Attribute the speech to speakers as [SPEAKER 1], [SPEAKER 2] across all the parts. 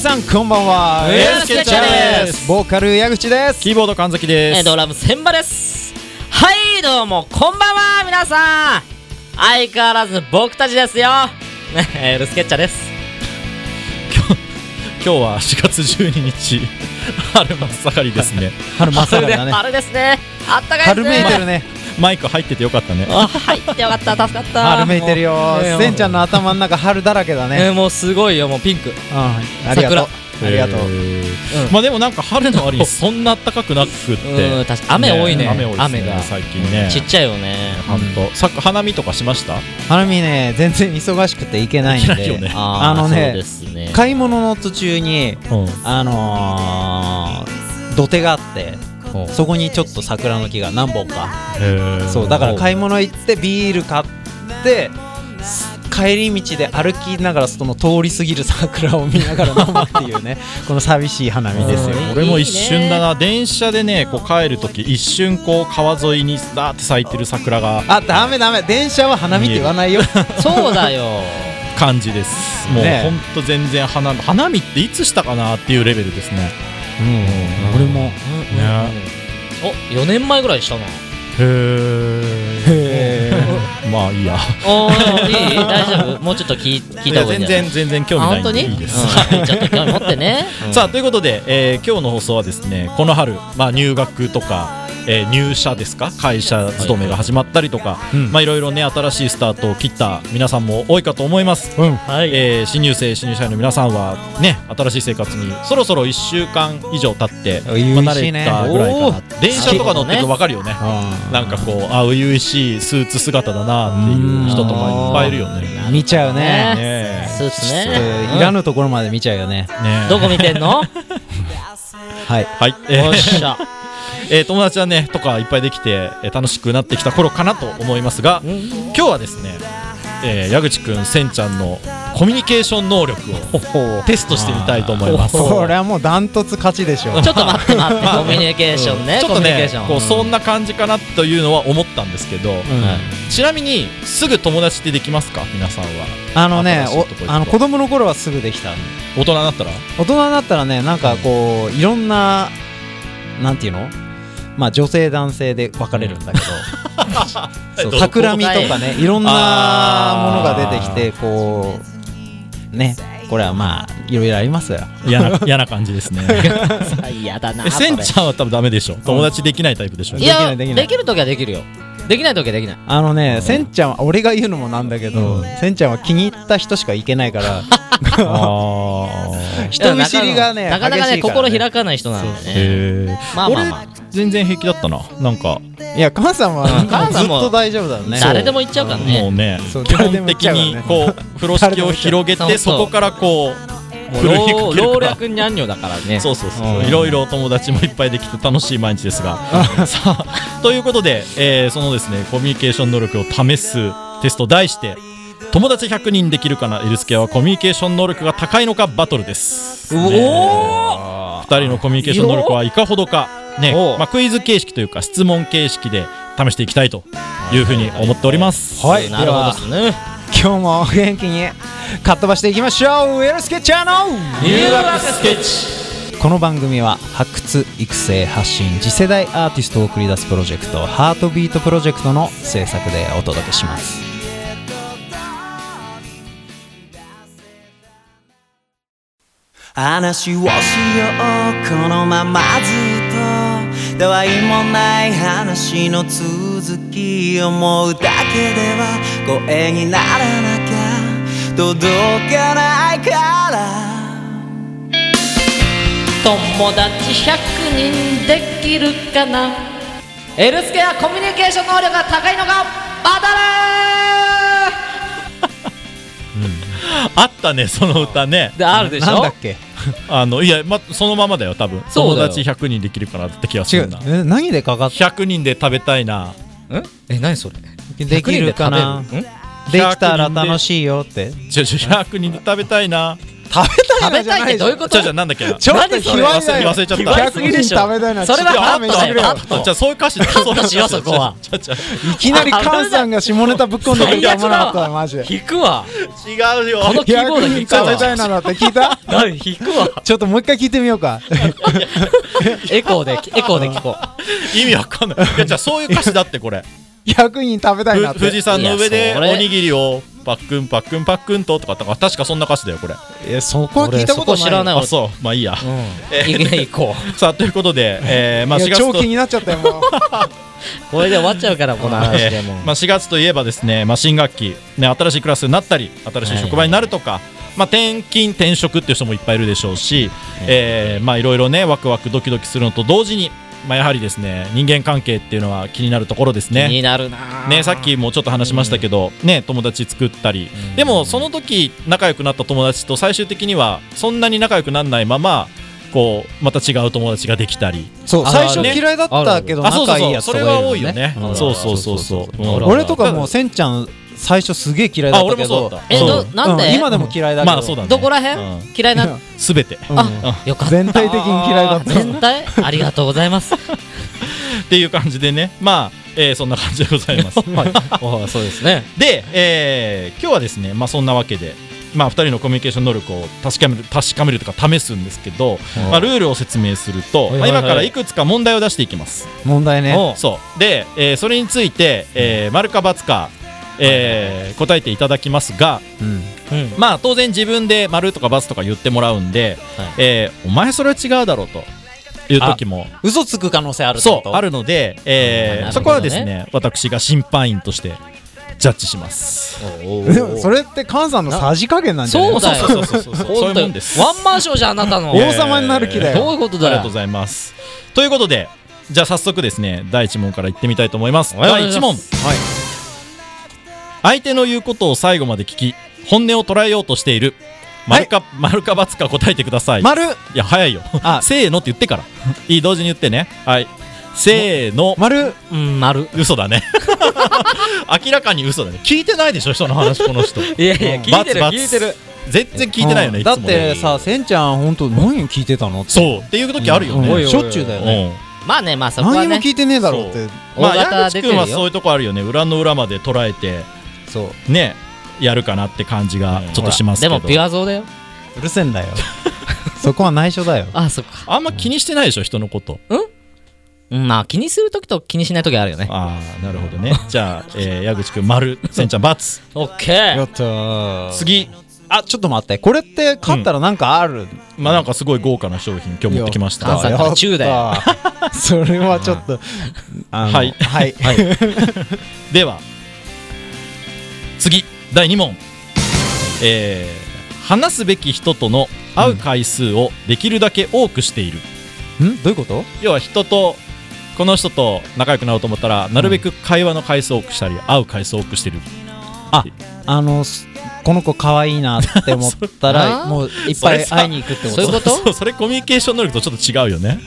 [SPEAKER 1] さんこんばんは
[SPEAKER 2] エースケチャです
[SPEAKER 1] ボーカル矢口です
[SPEAKER 2] キーボード神崎です
[SPEAKER 3] えードラム千葉ですはいどうもこんばんは皆さん相変わらず僕たちですよ エルスケッチャです
[SPEAKER 2] 今日は4月12日春真っ盛りです ね
[SPEAKER 1] 春まさ
[SPEAKER 3] それ
[SPEAKER 1] か
[SPEAKER 3] で
[SPEAKER 1] だね
[SPEAKER 3] あれですねあったかいで
[SPEAKER 1] 春
[SPEAKER 3] す
[SPEAKER 1] め
[SPEAKER 3] ね
[SPEAKER 1] いてるね
[SPEAKER 2] マイク入っててよかったね
[SPEAKER 3] あ入ってよかった助かった
[SPEAKER 1] 春めいてるよ
[SPEAKER 3] えー
[SPEAKER 1] せんちゃんの頭の中春だらけだ
[SPEAKER 3] え
[SPEAKER 1] ね
[SPEAKER 3] ーもうすごいよもうピンク
[SPEAKER 1] うんありがとうありがとう
[SPEAKER 2] えー
[SPEAKER 3] うん
[SPEAKER 2] まあでもなんか春の 割にそんな暖かくなくっ
[SPEAKER 3] うん
[SPEAKER 2] て
[SPEAKER 3] 確か雨多いね
[SPEAKER 2] 雨多いですね
[SPEAKER 3] 雨が
[SPEAKER 2] 最近ね
[SPEAKER 3] ちっちゃいよね
[SPEAKER 2] 本当さ花見とかしました
[SPEAKER 1] 花見ね全然忙しくて行けないん
[SPEAKER 2] 行けないよ
[SPEAKER 1] で
[SPEAKER 2] ね
[SPEAKER 1] あ
[SPEAKER 3] ー
[SPEAKER 1] の
[SPEAKER 3] そう
[SPEAKER 1] ね
[SPEAKER 3] ですね
[SPEAKER 1] 買い物の途中に
[SPEAKER 2] うん
[SPEAKER 1] あのー土手があって
[SPEAKER 2] ほう
[SPEAKER 1] そこにちょっと桜の木が何本か
[SPEAKER 2] へー
[SPEAKER 1] そうだから買い物行ってビール買ってす帰り道で歩きながらその通り過ぎる桜を見ながら飲むっていう ねこの寂しい花見ですよ
[SPEAKER 3] うん
[SPEAKER 2] 俺も一瞬だな電車でねこう帰るとき一瞬こう川沿いにダーって咲いてる桜が
[SPEAKER 1] あダメダメ電車は花見って言わないよ
[SPEAKER 3] そうだよ
[SPEAKER 2] 感じですもう
[SPEAKER 1] ね
[SPEAKER 2] ほんと全然花見花見っていつしたかなっていうレベルですね
[SPEAKER 1] うん俺も
[SPEAKER 3] うんうんうんお4年前ぐらいしたな
[SPEAKER 2] へえまあいいや
[SPEAKER 3] おー いい大丈夫もうちょっと聞い聞いた方がいいん
[SPEAKER 2] 全
[SPEAKER 3] じゃな
[SPEAKER 2] 然
[SPEAKER 3] い
[SPEAKER 2] 全然興味
[SPEAKER 3] あ
[SPEAKER 2] ない
[SPEAKER 3] 本
[SPEAKER 2] ん
[SPEAKER 3] 当
[SPEAKER 2] で
[SPEAKER 3] に
[SPEAKER 2] いいです、
[SPEAKER 3] うんちょっと興味持ってね
[SPEAKER 2] さあということで、えー今日の放送はですねこの春、まあ、入学とか、えー入社ですか会社勤めが始まったりとか、
[SPEAKER 1] うん
[SPEAKER 2] まあ、いろいろね新しいスタートを切った皆さんも多いかと思います、
[SPEAKER 1] うん
[SPEAKER 3] はい
[SPEAKER 2] えー新入生新入社員の皆さんはね新しい生活にそろそろ1週間以上経って、まあ、
[SPEAKER 1] 初々
[SPEAKER 2] 慣
[SPEAKER 1] しい
[SPEAKER 2] れ
[SPEAKER 1] ね
[SPEAKER 2] たぐらいか
[SPEAKER 3] お
[SPEAKER 2] な電車とか乗ってると分かるよねなんかこうあ初々しいスーツ姿だなっていう人とかいっぱいいるよねね
[SPEAKER 1] う見ちゃうね
[SPEAKER 2] え
[SPEAKER 3] スーツ
[SPEAKER 1] ちょっ
[SPEAKER 3] ね
[SPEAKER 1] といらぬところまで見ちゃうよね
[SPEAKER 2] ねえ
[SPEAKER 3] どこ見てんの
[SPEAKER 1] はい
[SPEAKER 2] はい、えー
[SPEAKER 3] おっしゃ
[SPEAKER 2] えー友達はねとかいっぱいできて、えー楽しくなってきた頃かなと思いますが今日はですね、えー矢口くんせんちゃんのコミュニケーション能力をテストしてみたいと思います。
[SPEAKER 1] これはもうダントツ勝ちでしょ
[SPEAKER 3] ちょっと待って待ってコミュニケーションね
[SPEAKER 2] ちょっ
[SPEAKER 3] コ
[SPEAKER 2] と
[SPEAKER 3] ミュニケ
[SPEAKER 2] ね
[SPEAKER 3] ーション
[SPEAKER 2] こうそんな感じかなというのは思ったんですけど、
[SPEAKER 1] うん
[SPEAKER 2] ちなみにすぐ友達ってできますか皆さんは
[SPEAKER 1] あのね
[SPEAKER 2] 新しいとこ行くと
[SPEAKER 1] おあの子供の頃はすぐできた
[SPEAKER 2] 大人になったら
[SPEAKER 1] 大人になったらねなんかこういろんななんていうのまあ女性男性で分かれるんだけど そう企みとかねいろんなものが出てきてこうねこれはまあいろいろありますよ
[SPEAKER 2] 嫌な 嫌な感じ ですね
[SPEAKER 3] 嫌だな
[SPEAKER 2] えせんち
[SPEAKER 3] ゃ
[SPEAKER 2] ゃんは多分ダメでしょ友達できないタイプでしょ、
[SPEAKER 1] ん
[SPEAKER 3] いや
[SPEAKER 1] で
[SPEAKER 3] で
[SPEAKER 1] きないできない
[SPEAKER 3] きる時はできるよできない時はできない
[SPEAKER 1] あのねせんちゃんは俺が言うのもなんだけど、せんちゃんは気に入った人しか行けないから
[SPEAKER 2] あー
[SPEAKER 1] 人見知りがね
[SPEAKER 3] なかなかね
[SPEAKER 1] 激しいから
[SPEAKER 3] 心開かない人なん でね
[SPEAKER 2] へえ
[SPEAKER 3] まあまあまあ
[SPEAKER 2] 俺全然平気だったななんか
[SPEAKER 1] いや母さんは
[SPEAKER 3] 母
[SPEAKER 1] ず
[SPEAKER 3] さ
[SPEAKER 1] っ
[SPEAKER 3] んも
[SPEAKER 1] と大丈夫だよね
[SPEAKER 3] 誰でも行っちゃうから
[SPEAKER 2] もう
[SPEAKER 3] ね
[SPEAKER 2] ね
[SPEAKER 1] そう
[SPEAKER 2] 基
[SPEAKER 1] 誰で
[SPEAKER 2] 本
[SPEAKER 1] も行っ
[SPEAKER 2] 的
[SPEAKER 1] ちゃうからね
[SPEAKER 2] にこう風呂敷を広 げ
[SPEAKER 3] 誰でも行っちゃ
[SPEAKER 2] て
[SPEAKER 3] う
[SPEAKER 2] そこからこ う
[SPEAKER 3] もう
[SPEAKER 2] 振りかけ
[SPEAKER 3] 老
[SPEAKER 2] る
[SPEAKER 3] 老
[SPEAKER 2] から
[SPEAKER 3] 略にゃんにょだからね
[SPEAKER 2] そうそうそういろいろお友達もいっぱいできて楽しい毎日です がさあということで、えーそのですねコミュニケーション能力を試すテスト題して友達100人できるかなエルスケアはコミュニケーション能力が高いのかバトルです
[SPEAKER 3] おお
[SPEAKER 2] 2人のコミュニケーション能力はいかほどか、ね
[SPEAKER 1] おう
[SPEAKER 2] まあ、クイズ形式というか質問形式で試していきたいというふうに思っております。
[SPEAKER 1] はい
[SPEAKER 3] なるほどですね
[SPEAKER 1] 今日も元気にかっ飛ばしていきましょうエルスケチャーの
[SPEAKER 3] 入学スケッチ
[SPEAKER 1] この番組は発掘育成発信次世代アーティストを送り出すプロジェクト「ハートビートプロジェクト」の制作でお届けします
[SPEAKER 4] 話をしようこのままずっとたわいもない話の続き思うだけでは声にならなきゃ届かないから
[SPEAKER 3] 友達100人できるかなエルスケアコミュニケーション能力が高いのかバト
[SPEAKER 2] あったねその歌ね
[SPEAKER 3] ルであるでし
[SPEAKER 1] なんだ
[SPEAKER 3] ょ
[SPEAKER 1] っけ
[SPEAKER 2] あのいや、ま、そのままだよ多分
[SPEAKER 3] そうだよ
[SPEAKER 2] 友達100人できるかなって気がす
[SPEAKER 1] 違
[SPEAKER 2] る
[SPEAKER 1] う
[SPEAKER 2] な
[SPEAKER 1] え何でかかっ
[SPEAKER 2] 100人で食べたいな
[SPEAKER 3] ええ何それ
[SPEAKER 1] できるかな
[SPEAKER 3] 100人で食べるん
[SPEAKER 1] できたら楽しいよって
[SPEAKER 2] 違う違う100人で食べたいな
[SPEAKER 1] 食べたい
[SPEAKER 3] 食
[SPEAKER 1] な
[SPEAKER 3] べ
[SPEAKER 1] じゃ
[SPEAKER 3] た
[SPEAKER 1] ない
[SPEAKER 3] いっ
[SPEAKER 1] で
[SPEAKER 3] て
[SPEAKER 1] し
[SPEAKER 3] ど
[SPEAKER 1] ょ
[SPEAKER 3] ういうこと
[SPEAKER 2] じゃあじゃあなんだっけな
[SPEAKER 1] ちょっと
[SPEAKER 3] 何
[SPEAKER 1] 卑
[SPEAKER 3] そ
[SPEAKER 1] 猥
[SPEAKER 3] れ
[SPEAKER 1] だよ
[SPEAKER 2] 忘れちゃった
[SPEAKER 1] 客員食べたいな
[SPEAKER 3] そ
[SPEAKER 1] ちょ
[SPEAKER 3] れは
[SPEAKER 1] っと
[SPEAKER 3] カ
[SPEAKER 1] 勘
[SPEAKER 3] ッ
[SPEAKER 1] 弁
[SPEAKER 3] ト
[SPEAKER 1] してく
[SPEAKER 3] だよ
[SPEAKER 1] れよ
[SPEAKER 3] カ
[SPEAKER 2] あ
[SPEAKER 3] ット
[SPEAKER 2] じゃあそういう歌詞
[SPEAKER 3] ットしようそこは
[SPEAKER 2] じゃあじゃあ
[SPEAKER 1] いきなり菅さんが下ネタぶっ込んでくると思わなかったよマジで
[SPEAKER 3] 引く わ
[SPEAKER 2] じゃあ違うよ
[SPEAKER 3] このキーボード
[SPEAKER 1] 客
[SPEAKER 3] 引
[SPEAKER 1] 員
[SPEAKER 3] く
[SPEAKER 1] 食べ
[SPEAKER 3] わ
[SPEAKER 1] たいなだって聞いた
[SPEAKER 3] 何引くわ
[SPEAKER 1] ちょっともう一回聞いてみようか
[SPEAKER 3] エコーでエコーで聞こ
[SPEAKER 2] 意味わかんないいやじゃあそういう歌詞だってこれ
[SPEAKER 1] 100人食べたいなっ
[SPEAKER 2] ふ富
[SPEAKER 1] て
[SPEAKER 2] 士山の上
[SPEAKER 3] い
[SPEAKER 2] で
[SPEAKER 3] やそれ
[SPEAKER 2] おにぎりをパックンパックンパックンととかって確かそんな歌詞だよこれ
[SPEAKER 1] いやそこ
[SPEAKER 3] う
[SPEAKER 1] は聞いたことない
[SPEAKER 3] 俺そ知らない
[SPEAKER 2] あ
[SPEAKER 3] 俺
[SPEAKER 2] そうまあいいや
[SPEAKER 3] いや行こう
[SPEAKER 2] さあということでえーまあ
[SPEAKER 1] いや
[SPEAKER 2] 4月
[SPEAKER 1] 超
[SPEAKER 2] と
[SPEAKER 1] 気になっちゃったよもう
[SPEAKER 3] これで終わっちゃうからこの話 でも
[SPEAKER 2] えーまあ、4月といえばですね、まあ、新学期、ね、新しいクラスになったり新しい職場になるとか、まあ、転勤転職っていう人もいっぱいいるでしょうし、えーまあいろいろねワクワクドキドキするのと同時に、まあ、やはりですね人間関係っていうのは気になるところです
[SPEAKER 3] 気に
[SPEAKER 2] ね。
[SPEAKER 3] なるな
[SPEAKER 2] ね、さっきもちょっと話しましたけど、ね、友達作ったり、でもその時仲良くなった友達と最終的にはそんなに仲良くならないままこうまた違う友達ができたり
[SPEAKER 1] そう
[SPEAKER 3] あ
[SPEAKER 1] 最
[SPEAKER 3] るある
[SPEAKER 1] 初嫌いだったけど
[SPEAKER 2] あそうそ
[SPEAKER 1] 仲
[SPEAKER 2] うそ
[SPEAKER 1] いういやつ
[SPEAKER 2] そ
[SPEAKER 1] とかい
[SPEAKER 2] れは
[SPEAKER 1] る
[SPEAKER 2] 多
[SPEAKER 1] も
[SPEAKER 2] い
[SPEAKER 1] ん
[SPEAKER 2] よね
[SPEAKER 1] ね
[SPEAKER 3] うん
[SPEAKER 2] そうそうそうそう
[SPEAKER 3] うん
[SPEAKER 2] うん
[SPEAKER 1] 俺とかもうせんちゃん最初すげえ嫌いだったけ
[SPEAKER 2] あ俺もそう
[SPEAKER 1] ど
[SPEAKER 2] だった
[SPEAKER 3] えど
[SPEAKER 1] うん
[SPEAKER 3] なんで
[SPEAKER 1] 今でも嫌いだけど
[SPEAKER 2] まあそうだね
[SPEAKER 3] どこら
[SPEAKER 2] うん
[SPEAKER 3] 辺嫌いな
[SPEAKER 2] すべてっ
[SPEAKER 1] うん
[SPEAKER 3] あよかった
[SPEAKER 1] 全体的に嫌いだった
[SPEAKER 3] 全体ありがとうございます
[SPEAKER 2] ていう感じでねまあ、えーそんな感じでございます
[SPEAKER 3] そうですね
[SPEAKER 2] で、えー今日はですねまあそんなわけでまあ、2人のコミュニケーション能力を確かめる確かめるというか試すんですけど、まあ、ルールを説明すると、
[SPEAKER 3] はいはい
[SPEAKER 2] まあ、今からいくつか問題を出していきます。
[SPEAKER 1] 問題ね
[SPEAKER 2] そうで、えーそれについて、えー、丸か×か、えー答えていただきますが、
[SPEAKER 1] うん
[SPEAKER 3] うん
[SPEAKER 2] まあ、当然自分で丸とか×とか言ってもらうんで、
[SPEAKER 3] はい
[SPEAKER 2] えーお前それは違うだろうという時も
[SPEAKER 3] 嘘つく可能性あるって
[SPEAKER 2] そ
[SPEAKER 3] こ
[SPEAKER 2] う
[SPEAKER 3] と
[SPEAKER 2] あるので、えー
[SPEAKER 3] うんなるほどね
[SPEAKER 2] そこはですね私が審判員としてジャッジします
[SPEAKER 3] おー
[SPEAKER 1] でもそれって菅さんのさじ加減なんじゃない
[SPEAKER 3] そうだ
[SPEAKER 2] そ
[SPEAKER 3] よ
[SPEAKER 2] うそうそうそうそう
[SPEAKER 3] 本当
[SPEAKER 2] いう
[SPEAKER 3] よ
[SPEAKER 2] もんです
[SPEAKER 3] ワンマンショーじゃんあなたの
[SPEAKER 2] いや
[SPEAKER 1] 王様になる気だ
[SPEAKER 3] どう
[SPEAKER 1] よ
[SPEAKER 3] いうこと
[SPEAKER 2] あり
[SPEAKER 3] だ
[SPEAKER 2] がとうご
[SPEAKER 3] よ
[SPEAKER 2] ざいますということでじゃあ早速ですね第1問からいってみたいと思います
[SPEAKER 3] はい
[SPEAKER 2] 第1問、
[SPEAKER 3] はい
[SPEAKER 2] 相手の言うことを最後まで聞き本音を捉えようとしている丸か、丸か×か答えてください
[SPEAKER 1] 丸
[SPEAKER 2] いや早いよ
[SPEAKER 1] あ
[SPEAKER 2] せーのって言ってからいい同時に言ってねはいせーの
[SPEAKER 1] 丸
[SPEAKER 3] うん丸
[SPEAKER 2] 嘘だね明らかに嘘だね聞いてないでしょ人の話この人
[SPEAKER 3] いやいや
[SPEAKER 2] うん
[SPEAKER 3] 聞いてる
[SPEAKER 2] バツバツ
[SPEAKER 3] 聞いてる
[SPEAKER 2] 全然聞いてないよ
[SPEAKER 1] う
[SPEAKER 2] ね、い
[SPEAKER 1] ん
[SPEAKER 2] つ
[SPEAKER 1] だ
[SPEAKER 2] も
[SPEAKER 1] っ
[SPEAKER 2] ね
[SPEAKER 1] てさせんちゃん本当何聞いてたのって
[SPEAKER 2] そうっていう時あるよ
[SPEAKER 1] うん
[SPEAKER 2] ね、
[SPEAKER 3] おいおい
[SPEAKER 1] しょっちゅうだよね
[SPEAKER 3] まあねまあそこは
[SPEAKER 1] 何も
[SPEAKER 3] ね
[SPEAKER 1] 聞いてねえだろうっ
[SPEAKER 2] そう
[SPEAKER 1] て
[SPEAKER 2] うんまあ
[SPEAKER 3] 大
[SPEAKER 2] 矢
[SPEAKER 3] 型
[SPEAKER 2] 口
[SPEAKER 3] 出てるよ
[SPEAKER 2] 君はそういうとこあるよね裏の裏まで捉えて
[SPEAKER 1] そう
[SPEAKER 2] ねやるかなって感じがちょっとしますけ
[SPEAKER 3] で
[SPEAKER 2] ど、
[SPEAKER 3] もピュア像だよ
[SPEAKER 1] うるせえんだ よそこは内緒だよ
[SPEAKER 3] あそっか
[SPEAKER 2] あんま気にしてないでしょ人のこと
[SPEAKER 3] うんまあ気にするときと気にしないときあるよね
[SPEAKER 2] ああなるほどねじゃあ、えー、矢口 君丸せんちゃん×
[SPEAKER 3] オッケー
[SPEAKER 1] やったー
[SPEAKER 2] 次
[SPEAKER 1] あちょっと待ってこれって勝ったらなんかある
[SPEAKER 2] まあなんかすごい豪華な商品今日持ってきました
[SPEAKER 3] 関いや西から中だよ
[SPEAKER 1] やったー それはちょっとあの
[SPEAKER 2] はい
[SPEAKER 1] はい
[SPEAKER 2] では次第2問、えー話すべき人との会う回数をできるだけ多くしている、
[SPEAKER 1] んどういうこと
[SPEAKER 2] 要は人とこの人と仲良くなろうと思ったらなるべく会話の回数を多くしたり会う回数を多くしてる
[SPEAKER 1] あのすこの子可愛いなって思った
[SPEAKER 3] そ
[SPEAKER 1] ら
[SPEAKER 3] う
[SPEAKER 1] もういっぱい会いに行くってこ
[SPEAKER 3] それさそういう
[SPEAKER 1] と
[SPEAKER 3] こと
[SPEAKER 2] そうそれコミュニケーション能力とちょっと違うよね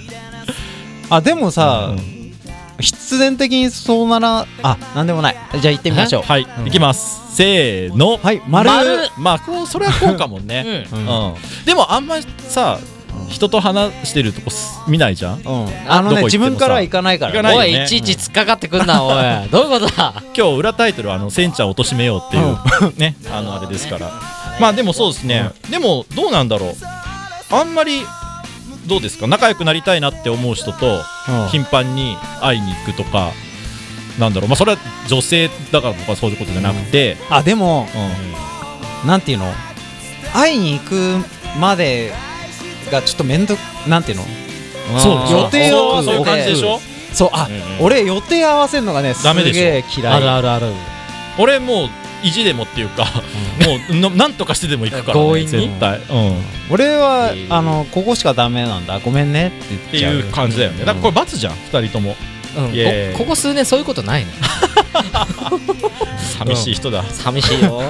[SPEAKER 1] あでもさ
[SPEAKER 2] うん
[SPEAKER 1] 必然的にそうならあなんでもないじゃあ行ってみましょう
[SPEAKER 2] はい、
[SPEAKER 1] ん
[SPEAKER 2] いきますせーの
[SPEAKER 1] はい丸
[SPEAKER 3] 丸
[SPEAKER 2] まあこうそれはこうかもね、
[SPEAKER 3] う
[SPEAKER 2] うんんでもあんまりさ人と話してるとこす見ないじゃん
[SPEAKER 1] うんあのね
[SPEAKER 2] どこ行ってもさ
[SPEAKER 1] 自分からは行かないから
[SPEAKER 2] 行か
[SPEAKER 3] ん
[SPEAKER 2] ないよ
[SPEAKER 3] お
[SPEAKER 2] ね
[SPEAKER 3] いいちいち突っかかってくんなおいどういうことだ
[SPEAKER 2] 今日裏タイトルはあの「センちゃんを貶めよう」っていう、 ねあのあれですからまあでもそうですね、でもどうなんだろうあんまりどうですか仲良くなりたいなって思う人と
[SPEAKER 1] うん
[SPEAKER 2] 頻繁に会いに行くとかなんだろうまあそれは女性だからとかそういうことじゃなくて、
[SPEAKER 1] あでも
[SPEAKER 2] うん
[SPEAKER 1] なんていうの会いに行くまでがちょっと面倒なんていうの
[SPEAKER 2] そうでしょ
[SPEAKER 1] 予定を
[SPEAKER 2] そうそういう感じでしょ
[SPEAKER 1] そうあ、
[SPEAKER 2] うんうん
[SPEAKER 1] 俺予定合わせるのがねす
[SPEAKER 2] ダメでしょ
[SPEAKER 1] げえ嫌い
[SPEAKER 3] あるある
[SPEAKER 2] 俺もう意地でもっていうか、もうななんとかしてでも行くから、ね、
[SPEAKER 3] 強引に
[SPEAKER 2] 絶対、うん、っ
[SPEAKER 1] 俺は、
[SPEAKER 3] えー
[SPEAKER 1] あのここしかダメなんだごめんねって言
[SPEAKER 2] て
[SPEAKER 1] っちゃう
[SPEAKER 2] いう感じだよねだからこれ罰じゃん2人とも
[SPEAKER 3] うん
[SPEAKER 2] イエーイ
[SPEAKER 3] こここそういう年そういうことないね
[SPEAKER 2] 寂しい人だ、
[SPEAKER 3] 寂しいよ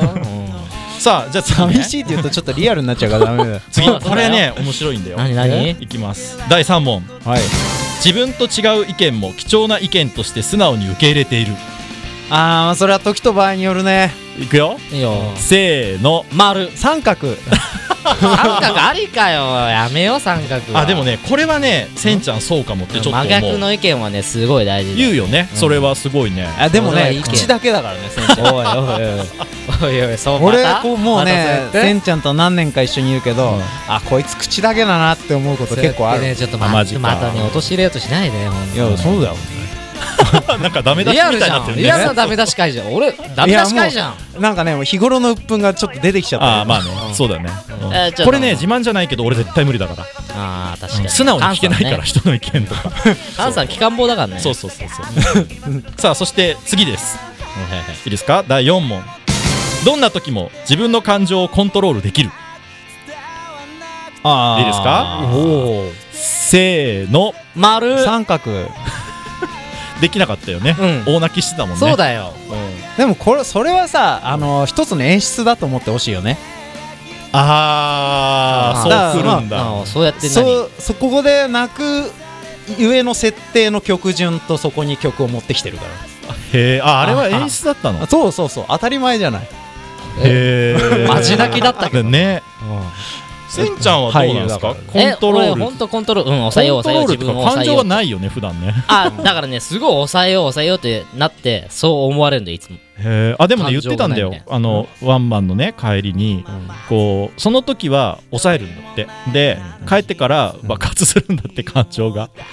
[SPEAKER 2] さあじゃあ次ね、
[SPEAKER 1] 寂しいって言うとちょっとリアルになっちゃうからダメだよ
[SPEAKER 2] 次
[SPEAKER 3] そうだ
[SPEAKER 2] これね面白いんだよ
[SPEAKER 3] 何何
[SPEAKER 2] いきます第3問
[SPEAKER 1] はい
[SPEAKER 2] 自分と違う意見も貴重な意見として素直に受け入れている
[SPEAKER 1] あーそれは時と場合によるね
[SPEAKER 2] いくよ
[SPEAKER 5] いいよ
[SPEAKER 2] せーの
[SPEAKER 5] 丸
[SPEAKER 1] 三角
[SPEAKER 5] 三角ありかよやめよう三角は
[SPEAKER 2] あでもねこれはねせんちゃんそうかもってちょっと思
[SPEAKER 5] 真逆
[SPEAKER 2] う
[SPEAKER 5] の意見はねすごい大事だ
[SPEAKER 2] 言うよねそれはすごいね
[SPEAKER 1] あでも
[SPEAKER 5] 俺はい
[SPEAKER 1] ね
[SPEAKER 5] いけど
[SPEAKER 1] 口だけだからねせんちゃん
[SPEAKER 5] おいおいおいおいおいそう
[SPEAKER 1] 俺
[SPEAKER 5] また
[SPEAKER 1] こうもうね
[SPEAKER 5] またそうや
[SPEAKER 1] せ
[SPEAKER 5] って
[SPEAKER 1] んちゃんと何年か一緒にいるけど、
[SPEAKER 2] うん
[SPEAKER 1] あこいつ口だけだなって思うこと結構あ
[SPEAKER 5] そう
[SPEAKER 1] る、
[SPEAKER 5] やってねちょっと
[SPEAKER 2] あマ
[SPEAKER 5] ま
[SPEAKER 2] ジか
[SPEAKER 5] またね落とし入れようとしないでほんと
[SPEAKER 1] いやそうだよ
[SPEAKER 2] なんかダメ出し
[SPEAKER 5] リアル
[SPEAKER 2] みた
[SPEAKER 5] じ
[SPEAKER 2] いに
[SPEAKER 5] ゃ
[SPEAKER 2] なって
[SPEAKER 5] ん
[SPEAKER 2] るね
[SPEAKER 5] リアルなダメ出し会じゃん俺ダメ出し会じゃん
[SPEAKER 1] なんかねもう日頃の鬱憤がちょっと出てきちゃった
[SPEAKER 2] ああまあねそうだよねうん
[SPEAKER 5] えーちょっと
[SPEAKER 2] これね自慢じゃないけど俺絶対無理だから
[SPEAKER 5] あー確かに
[SPEAKER 2] 素直に聞けないから人の意見とか
[SPEAKER 5] カンさん機関棒だからね
[SPEAKER 2] そうそうそうそうさあそして次ですいいですか第4問どんな時も自分の感情をコントロールできる
[SPEAKER 1] あー
[SPEAKER 2] いいですか
[SPEAKER 5] おお
[SPEAKER 2] せーの
[SPEAKER 5] 丸
[SPEAKER 1] 三角
[SPEAKER 2] できなかったよね、
[SPEAKER 5] う
[SPEAKER 2] 大泣きしてたもんね
[SPEAKER 5] そうだよ
[SPEAKER 1] でもこれそれはさあの一つの演出だと思ってほしいよね
[SPEAKER 2] あ
[SPEAKER 1] あ
[SPEAKER 2] あ
[SPEAKER 1] ー
[SPEAKER 2] そうくるんだ、
[SPEAKER 5] あーそうやって何
[SPEAKER 1] そうそこで泣くゆえの設定の曲順とそこに曲を持ってきてるか
[SPEAKER 2] へえああれは演出だったの
[SPEAKER 1] らそうそうそう当たり前じゃない
[SPEAKER 2] へえ
[SPEAKER 5] マジ泣きだったけど
[SPEAKER 2] ねせんちゃんはどうなんですか
[SPEAKER 1] 俳優
[SPEAKER 2] コントロール
[SPEAKER 5] え俺ほんとコントロールうん抑えよう抑えよう
[SPEAKER 2] コン
[SPEAKER 5] 自
[SPEAKER 2] ト
[SPEAKER 5] 分
[SPEAKER 2] ロールと
[SPEAKER 5] を
[SPEAKER 2] か感
[SPEAKER 5] 抑え
[SPEAKER 2] 情
[SPEAKER 5] よ
[SPEAKER 2] は
[SPEAKER 5] う
[SPEAKER 2] ないよね普段ね
[SPEAKER 5] あだからねすごい抑えよう抑えようってなってそう思われるんだよいつも
[SPEAKER 2] へえあでもね言っ
[SPEAKER 5] 感情
[SPEAKER 2] てたんだよ
[SPEAKER 5] がないみた
[SPEAKER 2] あのワンマンのね帰りにこうその時は抑えるんだってで帰ってから爆発するんだって感情がって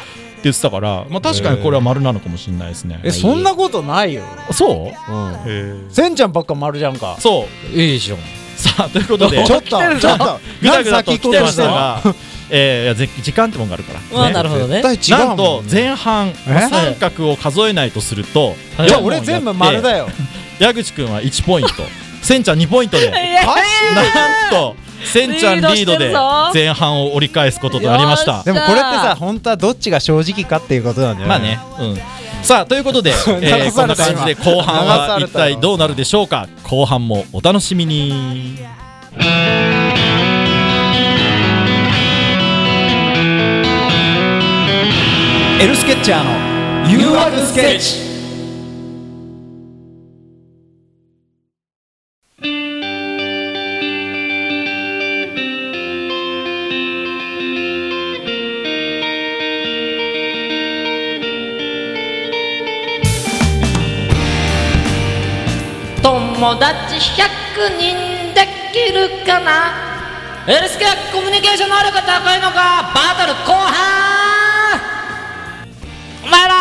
[SPEAKER 2] 言ってたからまあ確かにこれは丸なのかもしれないですね
[SPEAKER 1] えそんなことないよ
[SPEAKER 2] そう
[SPEAKER 1] うん
[SPEAKER 2] へえ
[SPEAKER 1] せんちゃんばっか丸じゃんか
[SPEAKER 2] そう
[SPEAKER 5] いいじゃん
[SPEAKER 2] さあということで
[SPEAKER 1] ちょっとちょっと
[SPEAKER 2] ぐだぐだと
[SPEAKER 1] 何
[SPEAKER 2] 来
[SPEAKER 1] 先行
[SPEAKER 2] て
[SPEAKER 1] こう
[SPEAKER 2] ま
[SPEAKER 1] とし
[SPEAKER 2] してた
[SPEAKER 1] んの
[SPEAKER 2] が、えーいやぜ時間ってもんがあるから、
[SPEAKER 5] あ
[SPEAKER 2] ね
[SPEAKER 5] なるほどね
[SPEAKER 1] 絶対違う
[SPEAKER 2] な
[SPEAKER 1] も
[SPEAKER 2] ん
[SPEAKER 1] ん
[SPEAKER 2] と前半
[SPEAKER 1] え
[SPEAKER 2] 三角を数えないとすると
[SPEAKER 1] じゃあ
[SPEAKER 2] 四問や
[SPEAKER 1] 俺
[SPEAKER 2] って
[SPEAKER 1] 全部丸だよ
[SPEAKER 2] 矢口くんは1ポイントせんちゃん2ポイントで なんとせんちゃんリードで
[SPEAKER 3] リードしてるぞ
[SPEAKER 2] 前半を折り返すこととなりました
[SPEAKER 3] よ
[SPEAKER 1] でもこれってさ本当はどっちが正直かっていうことなんだよ
[SPEAKER 2] まあね、うん、さあというこ とで、えー
[SPEAKER 1] 流
[SPEAKER 2] こ
[SPEAKER 1] され
[SPEAKER 2] んな
[SPEAKER 1] た
[SPEAKER 2] 感じで後半は
[SPEAKER 1] 流され
[SPEAKER 2] 一
[SPEAKER 1] た
[SPEAKER 2] 体どうなるでしょうか後半もお楽しみに
[SPEAKER 1] エルスケッチャーの誘惑スケッチ
[SPEAKER 3] 友達100人できるかなエルスケアコミュニケーション能力が高いのかバトル後半お前ら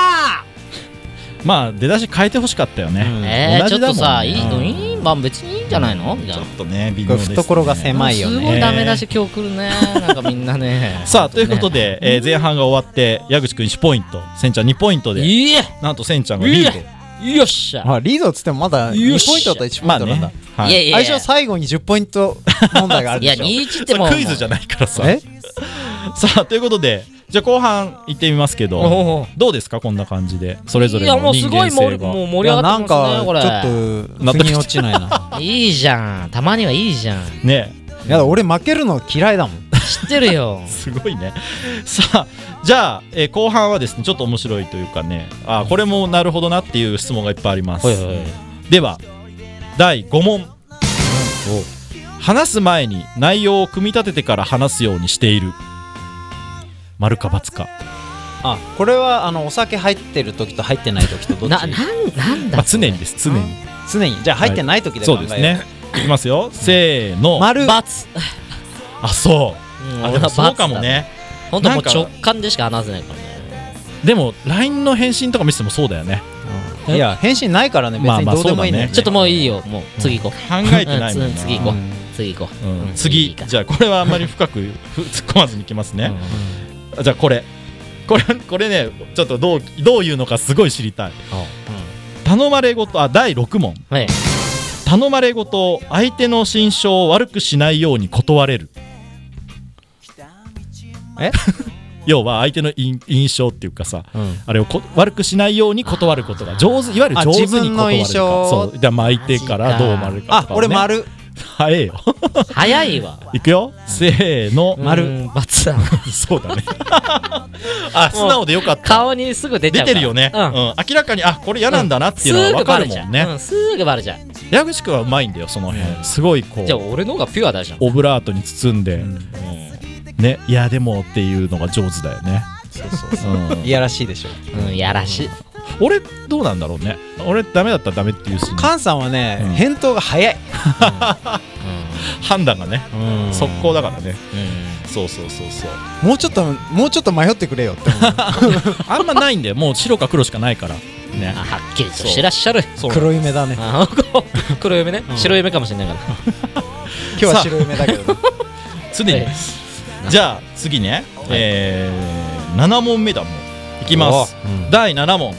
[SPEAKER 2] まあ出だし変えてほしかったよね、
[SPEAKER 5] えー、
[SPEAKER 2] 同じ
[SPEAKER 5] ちょっ
[SPEAKER 2] だもん
[SPEAKER 5] と
[SPEAKER 2] ね
[SPEAKER 5] さいい
[SPEAKER 2] うん
[SPEAKER 5] のいいまあ別にいいんじゃないのみたい
[SPEAKER 2] ちょ
[SPEAKER 5] な
[SPEAKER 2] っとね微妙です、ね、
[SPEAKER 1] 懐が狭いよね
[SPEAKER 5] すごいダメ出し今日来るねなんかみんなね
[SPEAKER 2] さあということ
[SPEAKER 5] で
[SPEAKER 2] で、えー前半が終わって矢口くん1ポイントせんちゃん2ポイントで
[SPEAKER 5] いえ
[SPEAKER 2] なんとせんちゃんが
[SPEAKER 5] い
[SPEAKER 2] リ
[SPEAKER 5] や
[SPEAKER 2] ード
[SPEAKER 5] よっしゃ、
[SPEAKER 1] まあリードっつってもまだ
[SPEAKER 5] よ
[SPEAKER 1] 2
[SPEAKER 5] し、
[SPEAKER 1] ポイントと1ポ
[SPEAKER 2] ま
[SPEAKER 1] イ
[SPEAKER 2] あ
[SPEAKER 1] ントなんだ
[SPEAKER 2] ね、はい
[SPEAKER 5] やいや
[SPEAKER 1] 相性最後に10ポイント問題がある
[SPEAKER 5] い
[SPEAKER 1] で
[SPEAKER 5] や
[SPEAKER 1] しょ
[SPEAKER 5] 21っ
[SPEAKER 2] そ
[SPEAKER 5] て
[SPEAKER 2] れ
[SPEAKER 5] もう
[SPEAKER 2] クイズじゃないからさ
[SPEAKER 1] え
[SPEAKER 2] さあということでじゃあ後半行ってみますけど
[SPEAKER 5] おう
[SPEAKER 2] どうですかこんな感じでそれぞれ
[SPEAKER 5] いや
[SPEAKER 2] の
[SPEAKER 5] もう
[SPEAKER 2] 人
[SPEAKER 5] すご
[SPEAKER 2] 間
[SPEAKER 5] いも
[SPEAKER 2] 性
[SPEAKER 5] う
[SPEAKER 2] が
[SPEAKER 5] もう盛り上がってますねこれ
[SPEAKER 1] いやなんかちょっと腑に落ちないな
[SPEAKER 5] いいじゃんたまにはいいじゃん
[SPEAKER 2] ね
[SPEAKER 1] いや俺負けるの嫌いだもん
[SPEAKER 5] 知ってる よ
[SPEAKER 2] すごいねさあじゃあ、えー後半はですねちょっと面白いというかねあーこれもなるほどなっていう質問がいっぱいあります、
[SPEAKER 5] はいはいは
[SPEAKER 2] では第5問話す前に内容を組み立ててから話すようにしている丸か×か、
[SPEAKER 1] あこれはあのお酒入ってる時と入ってない時とどっち
[SPEAKER 5] ななんなんだ
[SPEAKER 2] まあ、常にです常に
[SPEAKER 1] 常にじゃあ入ってない時で考え
[SPEAKER 2] そ
[SPEAKER 1] よ
[SPEAKER 2] うですねいきますよせーの
[SPEAKER 1] 丸
[SPEAKER 5] バツ
[SPEAKER 2] あそう
[SPEAKER 5] うん
[SPEAKER 2] あで
[SPEAKER 5] 俺は
[SPEAKER 2] も
[SPEAKER 5] バツだ
[SPEAKER 2] そうかもね
[SPEAKER 5] 本当も
[SPEAKER 2] な
[SPEAKER 5] う
[SPEAKER 2] んか
[SPEAKER 5] 直感でしか話せないからね
[SPEAKER 2] でも LINE の返信とか見せてもそうだよね
[SPEAKER 1] いや返信ないからね別
[SPEAKER 2] まあ
[SPEAKER 1] に
[SPEAKER 2] まあ
[SPEAKER 1] どうでもいいんだよ
[SPEAKER 2] そ
[SPEAKER 1] ね
[SPEAKER 5] ちょっともういいよもう次行こう
[SPEAKER 2] 考えてないもん
[SPEAKER 5] う
[SPEAKER 2] なん
[SPEAKER 5] 次行こう
[SPEAKER 1] うん
[SPEAKER 5] 次行こう
[SPEAKER 2] うん
[SPEAKER 5] うん
[SPEAKER 2] 次
[SPEAKER 5] いいか
[SPEAKER 2] じゃあこれはあんまり 深くふ突っ込まずにいきますね、じゃあこれこれこれねちょっとどうどういうのかすごい知りたい頼まれ事あ第6問
[SPEAKER 5] はい
[SPEAKER 2] 頼まれ事を相手の心象を悪くしないように断れる
[SPEAKER 1] え
[SPEAKER 2] 要は相手の印印象っていうかさ
[SPEAKER 1] うん
[SPEAKER 2] あれをこ悪くしないように断ることが上手いわゆる
[SPEAKER 1] あ
[SPEAKER 2] 上手に断
[SPEAKER 1] 自分の
[SPEAKER 2] るか
[SPEAKER 1] 印象
[SPEAKER 2] そうじゃあ相手からどう思われるか
[SPEAKER 1] あ
[SPEAKER 2] とかをね
[SPEAKER 1] 俺丸
[SPEAKER 2] 早えよ。
[SPEAKER 5] 早いわ。
[SPEAKER 2] いくよ。せーの。
[SPEAKER 1] 丸
[SPEAKER 5] うん。バツだ。
[SPEAKER 2] そう だね。あ、素直でよかった。
[SPEAKER 5] 顔にすぐ出ち
[SPEAKER 2] 出
[SPEAKER 5] ゃうから。
[SPEAKER 2] てるよね。う
[SPEAKER 5] うんん。。
[SPEAKER 2] 明らかに、あ、これ嫌なんだなっていうのはわかるもん
[SPEAKER 5] う
[SPEAKER 2] ね。
[SPEAKER 5] んすぐバレちゃう。うんすぐバレち
[SPEAKER 2] 矢口くんはうまいんだよ、その辺。すごいこ
[SPEAKER 5] ゃう。じゃあ
[SPEAKER 2] う、
[SPEAKER 5] 俺の方がピュアだじゃん。
[SPEAKER 2] オブラートに包んで、ね、いや、でもっていうのが上手だよね。うん
[SPEAKER 1] いやらしいでしょ
[SPEAKER 5] うん、やらしい。
[SPEAKER 2] 俺どうなんだろうね俺ダメだったらダメって言うし
[SPEAKER 1] カンさんはね、
[SPEAKER 2] うん
[SPEAKER 1] 返答が早い、
[SPEAKER 2] 判断がね速攻だからね
[SPEAKER 5] う
[SPEAKER 2] そうそうそうそう
[SPEAKER 1] もうちょっともうちょっと迷ってくれよって思う
[SPEAKER 2] あんまないんだよもう白か黒しかないからね
[SPEAKER 5] ん。あはっきりとしてらっしゃる。
[SPEAKER 2] そう
[SPEAKER 1] 黒い目だね
[SPEAKER 5] あこう 黒嫁ね。白嫁かもしれないから。
[SPEAKER 1] 今日は白い目だけどね、
[SPEAKER 2] 常に
[SPEAKER 5] はい
[SPEAKER 2] じゃあ次ねえー7問目だもういきます
[SPEAKER 1] おうん
[SPEAKER 2] 第7問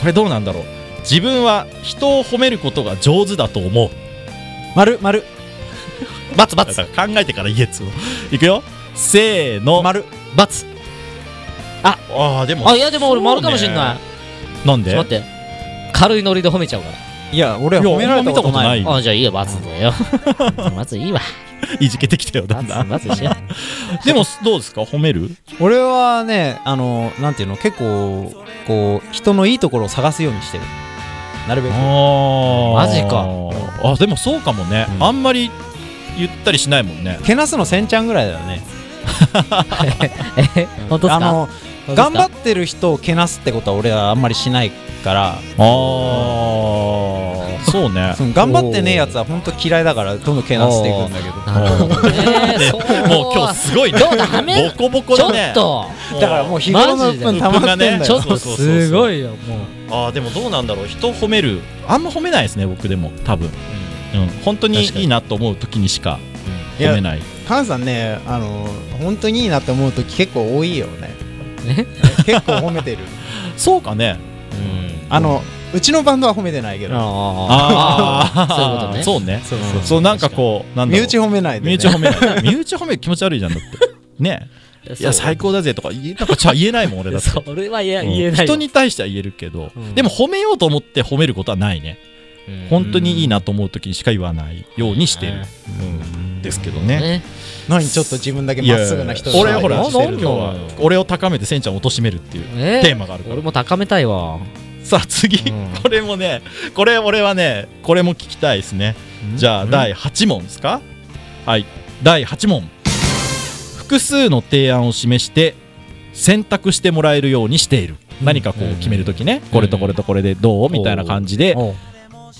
[SPEAKER 2] これどうなんだろう自分は人を褒めることが上手だと思う
[SPEAKER 1] 丸丸
[SPEAKER 2] バツバツ考えてから言えっつうのいくよせーの
[SPEAKER 1] 丸
[SPEAKER 5] バツ。
[SPEAKER 2] ああでも
[SPEAKER 5] あ、いやでも俺丸かもしれない。
[SPEAKER 2] なん
[SPEAKER 5] ち
[SPEAKER 2] で
[SPEAKER 5] ょっと待って。軽いノリで褒めちゃうから。
[SPEAKER 1] いや俺は褒められたことない
[SPEAKER 2] いやあんま見たこと
[SPEAKER 5] あじゃあいいよ、バツだ よ。バツいいわ。
[SPEAKER 2] いじけてきたよだ
[SPEAKER 5] バ
[SPEAKER 2] ん
[SPEAKER 5] ツ、
[SPEAKER 2] だん
[SPEAKER 5] バツしよう。
[SPEAKER 2] でもどうですか褒める
[SPEAKER 1] 俺はねあのなんていうの結構こう人のいいところを探すようにしてるなるべく
[SPEAKER 2] あ
[SPEAKER 5] マジか
[SPEAKER 2] あでもそうかもね、
[SPEAKER 1] うん
[SPEAKER 2] あんまり言ったりしないもんね
[SPEAKER 1] けなすのせんちゃんぐらいだよね
[SPEAKER 5] え、本当っす
[SPEAKER 1] あ
[SPEAKER 5] か
[SPEAKER 1] の頑張ってる人をけなすってことは俺はあんまりしないから
[SPEAKER 2] ああそう ね
[SPEAKER 1] その頑張ってねえやつは本当嫌いだからどんどんけなしていくんだけど
[SPEAKER 5] なるほどね。そう
[SPEAKER 2] もう今日すごいね
[SPEAKER 5] どうダメ
[SPEAKER 2] ボコボコ
[SPEAKER 5] ちょ
[SPEAKER 2] だね
[SPEAKER 5] っと、
[SPEAKER 1] だからもう日頃の分溜まってんだよ、
[SPEAKER 2] マジで
[SPEAKER 5] ちょっ
[SPEAKER 2] そう
[SPEAKER 5] と
[SPEAKER 2] そうそうそう
[SPEAKER 5] すごいよ、もう。
[SPEAKER 2] ああでもどうなんだろう人を褒めるあんま褒めないですね僕でも多分うん本当に
[SPEAKER 5] 確かに
[SPEAKER 2] いいなと思う時にしか
[SPEAKER 1] いや
[SPEAKER 2] 褒めない
[SPEAKER 1] カンさんねあの本当にいいなって思う時結構多いよね
[SPEAKER 5] え
[SPEAKER 1] 結構褒めてる
[SPEAKER 2] そうかね
[SPEAKER 5] うん。
[SPEAKER 1] あのうちのバンドは褒めてないけど
[SPEAKER 5] あ
[SPEAKER 2] ー
[SPEAKER 5] ー そういうことね
[SPEAKER 2] そうね
[SPEAKER 5] そうそう
[SPEAKER 2] そうなんかこうなんだ
[SPEAKER 1] 身
[SPEAKER 2] ろう
[SPEAKER 1] 内褒めないで、ね、
[SPEAKER 2] 身内褒めない身内褒める気持ち悪いじゃんだって ねいや最高だぜとか言えなんかちゃ言えないもん俺だって
[SPEAKER 5] それは言え
[SPEAKER 2] うん
[SPEAKER 5] 言えないよ。
[SPEAKER 2] 人に対しては言えるけど、
[SPEAKER 5] うん
[SPEAKER 2] でも褒めようと思って褒めることはないね
[SPEAKER 5] うん
[SPEAKER 2] 本当にいいなと思う時にしか言わないようにしてる
[SPEAKER 5] ね、
[SPEAKER 2] うんですけどね
[SPEAKER 5] ね。
[SPEAKER 1] 何ちょっと自分だけ
[SPEAKER 2] い
[SPEAKER 1] ま
[SPEAKER 2] や
[SPEAKER 1] っすぐな人
[SPEAKER 2] 俺はほら
[SPEAKER 5] な
[SPEAKER 2] 今
[SPEAKER 5] ん
[SPEAKER 2] 日
[SPEAKER 5] だ
[SPEAKER 2] は俺を高めてせんちゃんを貶めるっていう
[SPEAKER 5] ね
[SPEAKER 2] テーマがあるから、
[SPEAKER 5] 俺も高めたいわ。
[SPEAKER 2] さあ次、
[SPEAKER 5] うん
[SPEAKER 2] これもねこれ俺はねこれも聞きたいですねじゃあ第8問ですかはい第8問複数の提案を示して選択してもらえるようにしている何かこう決めるときねこれとこれとこれでどうみたいな感じで
[SPEAKER 5] おう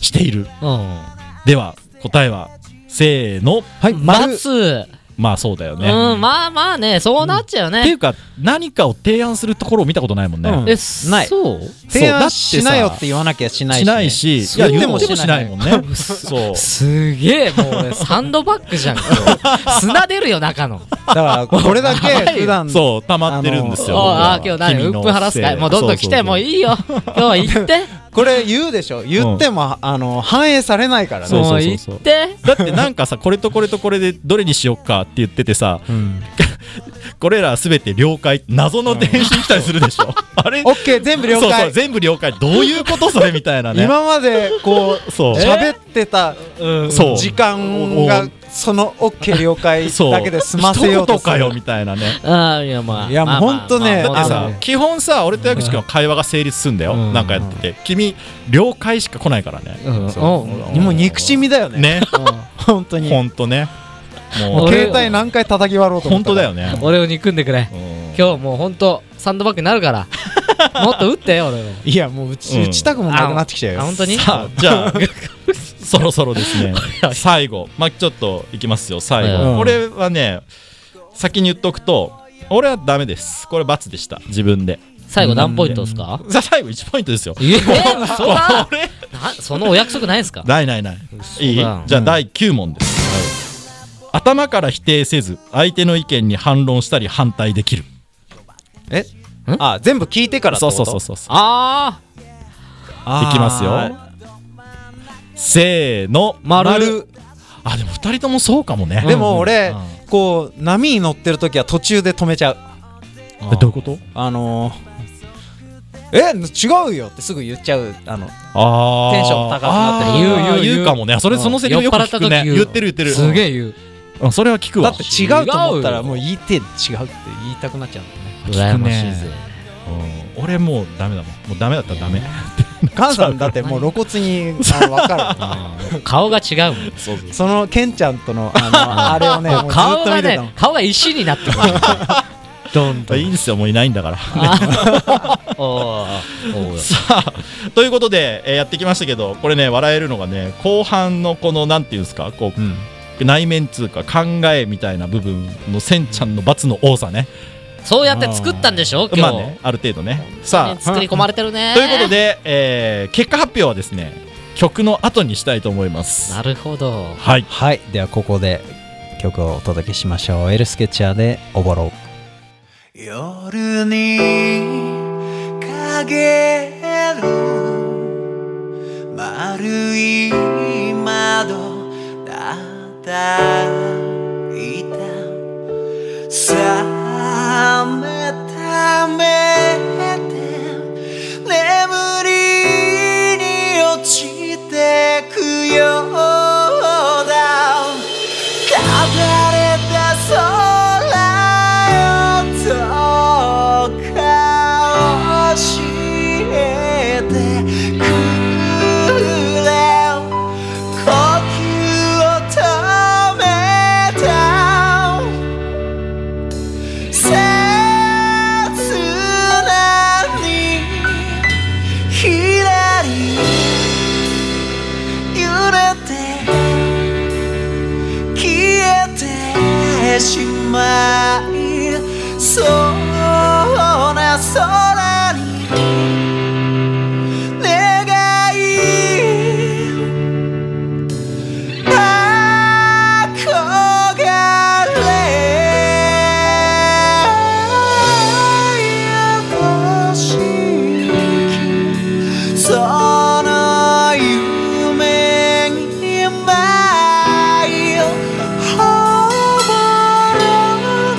[SPEAKER 2] している
[SPEAKER 5] うん。
[SPEAKER 2] では答えはせーの
[SPEAKER 1] はい
[SPEAKER 5] バ
[SPEAKER 1] 丸
[SPEAKER 5] ツ。
[SPEAKER 2] まあそうだよ
[SPEAKER 5] う
[SPEAKER 2] ね、
[SPEAKER 5] ん、まあまあね、そうなっちゃう
[SPEAKER 2] ってい
[SPEAKER 5] ね。
[SPEAKER 2] うか何かを提案するところを見たことないもんね、
[SPEAKER 1] うん
[SPEAKER 5] え、
[SPEAKER 1] ない
[SPEAKER 5] そう
[SPEAKER 1] 提
[SPEAKER 2] そうだ
[SPEAKER 1] 案
[SPEAKER 2] って
[SPEAKER 1] しなよって言わなきゃしないし、
[SPEAKER 2] し
[SPEAKER 1] ね、
[SPEAKER 2] ないしいや言ってもしないもんね そう
[SPEAKER 5] すげえ、もう俺、サンドバッグじゃん、今 日砂出るよ、中の。
[SPEAKER 1] だからこれだけ普段
[SPEAKER 2] そう溜まってるんですよ。
[SPEAKER 5] おうあー
[SPEAKER 2] 僕
[SPEAKER 5] 今
[SPEAKER 2] は
[SPEAKER 5] 日何う
[SPEAKER 2] 君
[SPEAKER 5] っ
[SPEAKER 2] の
[SPEAKER 5] ぷん晴らすか
[SPEAKER 2] せ
[SPEAKER 5] いもうどんどん来てもう
[SPEAKER 2] い。
[SPEAKER 5] いいよ今日は行って
[SPEAKER 1] これ言うでしょ言っても、あの反映されないから
[SPEAKER 2] そう
[SPEAKER 1] ね
[SPEAKER 5] も
[SPEAKER 2] そう
[SPEAKER 5] う
[SPEAKER 2] そう
[SPEAKER 5] 行
[SPEAKER 2] そう
[SPEAKER 5] って
[SPEAKER 2] だってなんかさこれとこれとこれでどれにしよっかって言っててさ、これらすべて了解謎の電信来たりするでしょ。あれ
[SPEAKER 1] オッケー全部了
[SPEAKER 2] そうそう
[SPEAKER 1] 解
[SPEAKER 2] 全部了解どういうことそれみたいなね。
[SPEAKER 1] 今までこう
[SPEAKER 2] そう
[SPEAKER 1] 喋ってた
[SPEAKER 2] うんそう
[SPEAKER 1] 時間がその OK 了解
[SPEAKER 2] そう
[SPEAKER 1] だけで済ませようと
[SPEAKER 2] 一言
[SPEAKER 1] す
[SPEAKER 2] かよ
[SPEAKER 1] る
[SPEAKER 2] みたいなね。
[SPEAKER 5] あーいやまあ
[SPEAKER 1] いや
[SPEAKER 5] まあ
[SPEAKER 1] もうほんとね
[SPEAKER 5] まあまあ
[SPEAKER 2] で
[SPEAKER 1] あ
[SPEAKER 5] まあ
[SPEAKER 2] さ
[SPEAKER 5] まあ
[SPEAKER 2] 基本さ俺と矢口君は会話が成立するんだよ、
[SPEAKER 5] うん
[SPEAKER 2] なんかやってて君了解しか来ないからね。
[SPEAKER 5] うんうん
[SPEAKER 1] もう憎しみだよね
[SPEAKER 2] ね
[SPEAKER 1] 本当に
[SPEAKER 2] ほんとね。もう
[SPEAKER 5] 俺
[SPEAKER 1] 携帯何回叩き割ろうと思
[SPEAKER 2] 本
[SPEAKER 1] った
[SPEAKER 2] 当だ
[SPEAKER 1] から
[SPEAKER 2] よね。
[SPEAKER 5] 俺を憎んでくれ
[SPEAKER 2] うん
[SPEAKER 5] 今日もうほんとサンドバッグになるから もっと打ってよ俺を
[SPEAKER 1] いやもう打ち,、
[SPEAKER 2] うん
[SPEAKER 1] 打ちたくもなくなってきちゃうよ
[SPEAKER 5] あ本当に
[SPEAKER 2] さあじ ゃあそろそろですね最後まあちょっといきますよ最後、
[SPEAKER 1] うん
[SPEAKER 2] これはね先に言っとくと俺はダメですこれ罰でした自分で
[SPEAKER 5] 最後何ポイントですか
[SPEAKER 2] さあ最後1ポイントですよ
[SPEAKER 5] ええ嘘だ
[SPEAKER 2] これ
[SPEAKER 5] なそのお約束ないですか
[SPEAKER 2] ないないないいいじ
[SPEAKER 5] だ
[SPEAKER 2] ゃあ第9問です、頭から否定せず相手の意見に反論したり反対できる
[SPEAKER 1] えあ全部聞いてからって
[SPEAKER 2] そ
[SPEAKER 1] こ
[SPEAKER 2] う
[SPEAKER 1] と
[SPEAKER 2] そうそうそうそう
[SPEAKER 5] あ
[SPEAKER 1] あー
[SPEAKER 2] いきますよせーの
[SPEAKER 5] 丸
[SPEAKER 1] 丸
[SPEAKER 2] あでも2人ともそうかもね、
[SPEAKER 1] でも俺、
[SPEAKER 2] うん
[SPEAKER 1] こう波に乗ってる時は途中で止めちゃう
[SPEAKER 2] えどういうこと
[SPEAKER 1] あのーえ違うよってすぐ言っちゃうあの
[SPEAKER 2] あ
[SPEAKER 1] テンション高くなって
[SPEAKER 5] る言う言う
[SPEAKER 2] あー
[SPEAKER 5] 言う
[SPEAKER 2] 言うかもねそれ
[SPEAKER 1] うん
[SPEAKER 2] そのセリフよく聞くね言
[SPEAKER 5] 酔っ払った時言う
[SPEAKER 2] ってる言ってる
[SPEAKER 5] すげえ言う。
[SPEAKER 2] うんそれは聞く
[SPEAKER 1] だ
[SPEAKER 2] わ
[SPEAKER 1] って違うと思ったらもう言って違うって言いたくなっちゃうんだよね
[SPEAKER 5] 羨ましいぜ。
[SPEAKER 2] うん俺もうダメだもんもうダメだったらダメ
[SPEAKER 1] カンさんだってもう露骨に あの分かる
[SPEAKER 5] 顔が違うもん。
[SPEAKER 2] そうそう
[SPEAKER 1] そのケンちゃんとのあのあれを ねもうずっ
[SPEAKER 5] 顔
[SPEAKER 1] と
[SPEAKER 5] が
[SPEAKER 1] 見てたの
[SPEAKER 5] ね、顔が石になってくる。どんどん。
[SPEAKER 2] いいんですよもういないんだから
[SPEAKER 5] おーおー
[SPEAKER 2] さあということで、えーやってきましたけどこれね笑えるのがね後半のこのなんていうんですかこう、
[SPEAKER 1] うん
[SPEAKER 2] 内面つうか考えみたいな部分のせんちゃんの罰の多さね、
[SPEAKER 5] そうやって作ったんでしょ
[SPEAKER 2] ま
[SPEAKER 5] 今
[SPEAKER 2] あ
[SPEAKER 5] 日。
[SPEAKER 2] ねある程度ねさあ
[SPEAKER 5] 作り込まれてるね。
[SPEAKER 2] ということ。で、えー結果発表はですね曲の後にしたいと思います
[SPEAKER 5] なるほど。
[SPEAKER 2] はい
[SPEAKER 1] はいではここで曲をお届けしましょうエルスケッチャーでおぼろう
[SPEAKER 4] 夜に陰る丸い窓叩いた冷めた目で眠りに落ちてくようだ飾れた空よと教えてくれ呼吸を止めた切なに左揺れて消えてしまいそうな空に願い憧れ愛しきその夢に舞い頬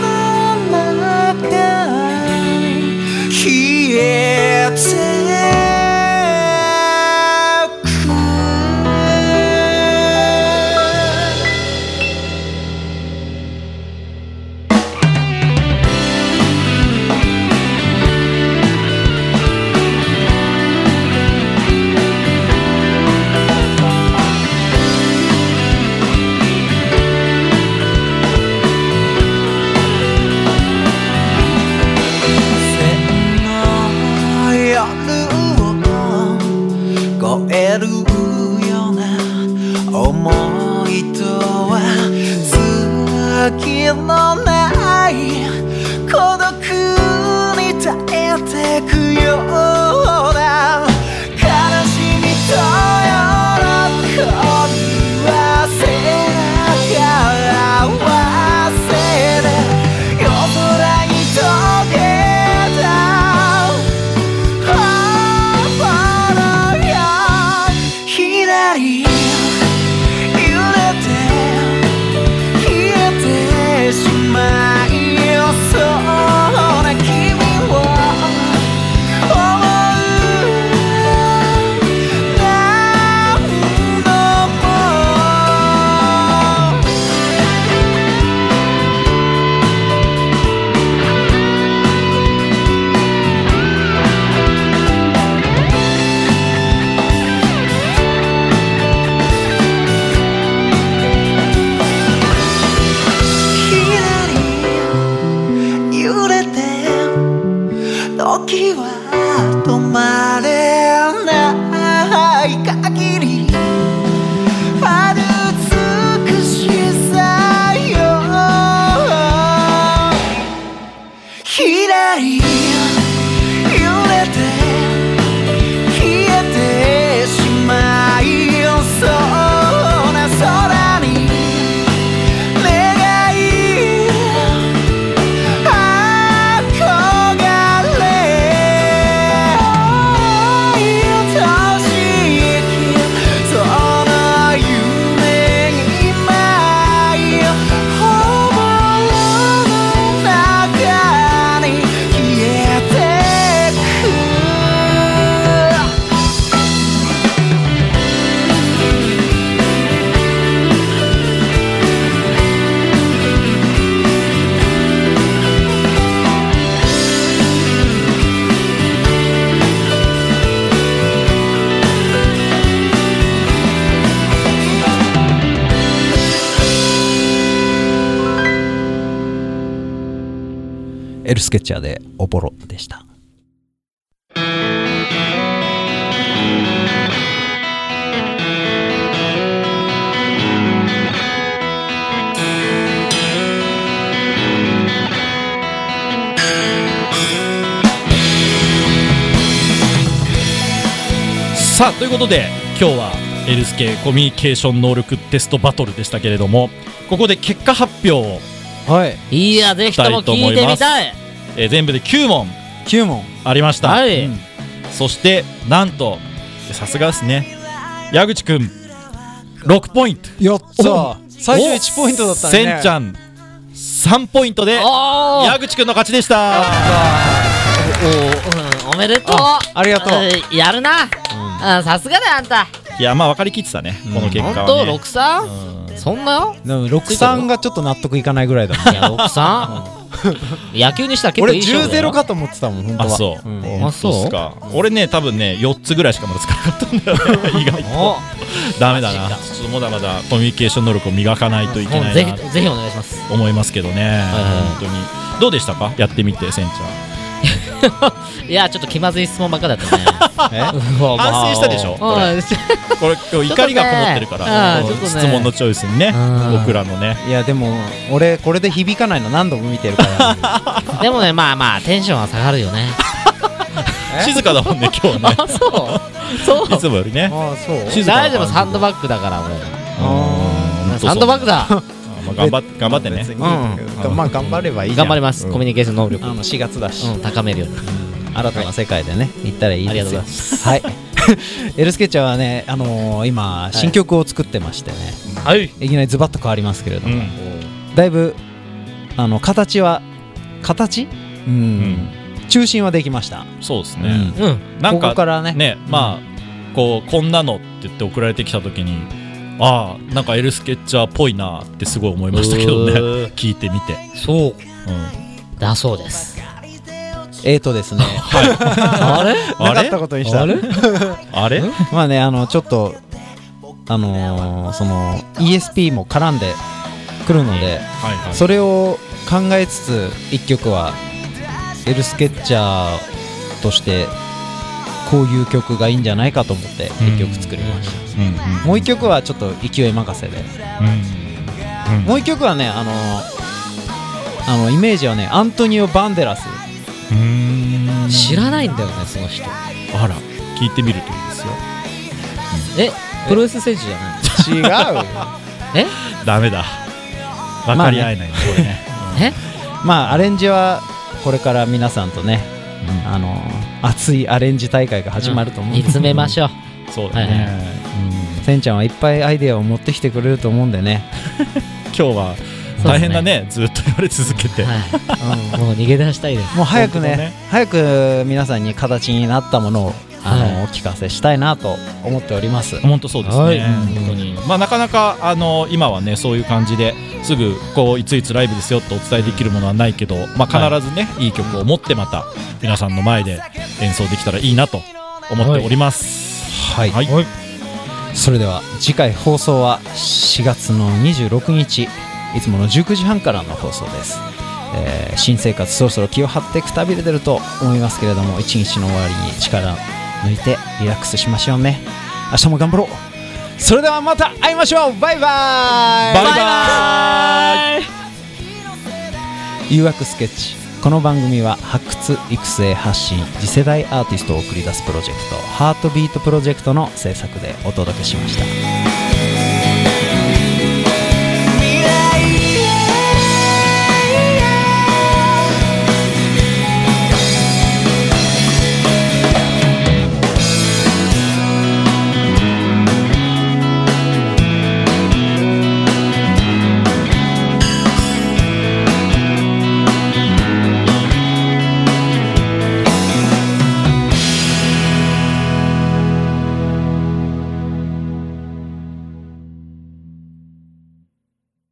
[SPEAKER 4] の中に消えてく線の夜を超えるような思いとは月のない孤独に耐えてくような悲しみと喜びは背中合わせて夜空に溶けた心よ左揺れて消えてしまいそうな君を思う何度も左揺れて時は止まれない限りある美しさよ左揺れて消えてしまいそうな空に願い憧れ愛しきその夢に舞い頬の中に消え
[SPEAKER 1] エルスケッチャーでおぼろでした。
[SPEAKER 2] さあということで今日はエルスケコミュニケーション能力テストバトルでしたけれどもここで結果発表を、
[SPEAKER 1] はい。
[SPEAKER 5] いや、ぜひとも聞いてみたい。
[SPEAKER 2] えー全部で9問
[SPEAKER 1] 9問。
[SPEAKER 2] ありました、
[SPEAKER 5] はい
[SPEAKER 2] うんそしてなんとさすがですね矢口くん6ポイント
[SPEAKER 1] やった最
[SPEAKER 2] お
[SPEAKER 1] 初1ポイントだったね。
[SPEAKER 2] せんちゃん3ポイントで
[SPEAKER 5] おー
[SPEAKER 2] 矢口くんの勝ちでした
[SPEAKER 5] おおめでとう
[SPEAKER 1] あありがとう
[SPEAKER 5] うんやるなうんさすがだよあんた
[SPEAKER 2] いやまあ分かりきってたねこの結
[SPEAKER 5] ほ
[SPEAKER 2] 果
[SPEAKER 5] ん
[SPEAKER 2] は、
[SPEAKER 5] と
[SPEAKER 2] ね、
[SPEAKER 5] 六三そんなよ
[SPEAKER 1] でも63がちょっと納得いかないぐらいだもん。
[SPEAKER 5] いや六三野球にしたら 結構
[SPEAKER 1] 俺
[SPEAKER 5] いい勝負だよ
[SPEAKER 1] 10-0かと思ってたもん、本当
[SPEAKER 2] あ
[SPEAKER 1] は。
[SPEAKER 2] そう、
[SPEAKER 1] ん
[SPEAKER 2] 本当っすか俺ね多分ね4つぐらいしかまだ使わなかったんだよね意外と
[SPEAKER 5] お
[SPEAKER 2] ダメだな
[SPEAKER 5] マジか
[SPEAKER 2] ちょっとまだまだコミュニケーション能力を磨かないといけ
[SPEAKER 5] も
[SPEAKER 2] な
[SPEAKER 5] うぜ
[SPEAKER 2] いなと
[SPEAKER 5] ひぜひお願いします
[SPEAKER 2] 思いますけどね、本当にどうでしたかやってみてせんち
[SPEAKER 5] いやちょっと気まずい質問ばっかだったね
[SPEAKER 1] え
[SPEAKER 2] ゃん反省したでしょこれ
[SPEAKER 5] うんし
[SPEAKER 2] これ今日怒りがこもってるか
[SPEAKER 5] あ
[SPEAKER 2] ら、
[SPEAKER 5] ー
[SPEAKER 2] この
[SPEAKER 5] ちょっとね
[SPEAKER 2] 質問のチョイスにね
[SPEAKER 5] うん
[SPEAKER 2] 僕らのね
[SPEAKER 1] いやでも俺これで響かないの何度も見てるから
[SPEAKER 5] でもねまあまあテンションは下がるよね
[SPEAKER 1] え
[SPEAKER 2] 静かだもんね今日ね
[SPEAKER 5] そうそ
[SPEAKER 2] いつもよりね
[SPEAKER 1] ああそう
[SPEAKER 2] 静かな
[SPEAKER 5] 大丈夫サンドバッグだから
[SPEAKER 1] あ
[SPEAKER 5] 俺サンドバッグだ
[SPEAKER 2] まあ頑張って頑張ってね
[SPEAKER 1] 別にいいんだけどまあ頑張ればいいじゃ
[SPEAKER 5] 頑
[SPEAKER 1] ん
[SPEAKER 5] 張りますコミュニケーション能力
[SPEAKER 1] あの4月だし、
[SPEAKER 5] うん高めるように
[SPEAKER 1] 新たな世界でね行ったらいいですよ
[SPEAKER 5] ありがとうございます
[SPEAKER 1] はいエルスケッチャーはね、あのー今新曲を作ってましてね、
[SPEAKER 5] はい
[SPEAKER 1] い、きなりズバッと変わりますけれど
[SPEAKER 2] う
[SPEAKER 1] も、
[SPEAKER 2] ん
[SPEAKER 1] だいぶあの形は形うん、中心はできました、
[SPEAKER 2] そうですね
[SPEAKER 1] うん
[SPEAKER 5] うん
[SPEAKER 2] なん
[SPEAKER 1] ここか
[SPEAKER 2] から
[SPEAKER 1] ね
[SPEAKER 2] ねまあこうこんなのって言って送られてきた時にああなんかエルスケッチャーっぽいなってすごい思いましたけどね
[SPEAKER 5] う
[SPEAKER 2] 聞いてみて
[SPEAKER 5] そう
[SPEAKER 2] うん
[SPEAKER 5] だそうです
[SPEAKER 1] えーとですね
[SPEAKER 5] あれ
[SPEAKER 1] な
[SPEAKER 2] あ
[SPEAKER 1] かっ
[SPEAKER 2] れ
[SPEAKER 1] たことにした
[SPEAKER 5] あれ
[SPEAKER 2] あれ
[SPEAKER 1] まあねあのちょっとあのーその ESP も絡んでくるので、
[SPEAKER 2] はいはい
[SPEAKER 1] それを考えつつ一曲はエルスケッチャーとしてこういう曲がいいんじゃないかと思って一曲作りました、
[SPEAKER 2] うんうん
[SPEAKER 1] もう一曲はちょっと勢い任せで
[SPEAKER 2] うんうん
[SPEAKER 1] もう一曲はねあのあのイメージはねアントニオ・バンデラス
[SPEAKER 2] うーん
[SPEAKER 5] 知らないんだよねその人
[SPEAKER 2] あら聞いてみるといいですよ
[SPEAKER 5] えプロレス選手じゃない
[SPEAKER 1] 違う
[SPEAKER 5] え
[SPEAKER 2] ダメだ分かり合えないねこれね
[SPEAKER 5] え
[SPEAKER 1] まあアレンジはこれから皆さんとね
[SPEAKER 2] うん
[SPEAKER 1] あの熱いアレンジ大会が始まると思うん
[SPEAKER 5] 煮
[SPEAKER 1] で
[SPEAKER 5] 詰めましょう
[SPEAKER 2] そうだねうん
[SPEAKER 1] せんちゃんはいっぱいアイデアを持ってきてくれると思うんでね、
[SPEAKER 2] 今日は大変だねずっと言われ続けて
[SPEAKER 5] は
[SPEAKER 1] うん
[SPEAKER 5] いもう逃げ出したいです
[SPEAKER 1] もう早く
[SPEAKER 2] 本当
[SPEAKER 1] ね
[SPEAKER 2] だね
[SPEAKER 1] 早く皆さんに形になったものをあの、
[SPEAKER 5] はい
[SPEAKER 1] お聞かせしたいなと思っております
[SPEAKER 2] 本当そうですね、
[SPEAKER 5] はい
[SPEAKER 2] 本当に、まあ、なかなかあの今はねそういう感じですぐこういついつライブですよとお伝えできるものはないけど、まあ、必ずね、い、い曲を持ってまた皆さんの前で演奏できたらいいなと思っております。
[SPEAKER 1] はい、
[SPEAKER 2] はい、
[SPEAKER 1] それでは次回放送は4月の26日いつもの19時半からの放送です、えー新生活そろそろ気を張ってくたびれてると思いますけれども一日の終わりに力抜いてリラックスしましょうね明日も頑張ろうそれではまた会いましょうバイバイ
[SPEAKER 2] バイバイ
[SPEAKER 1] 誘惑スケッチこの番組は発掘育成発信次世代アーティストを送り出すプロジェクト「ハートビートプロジェクトの制作でお届けしました。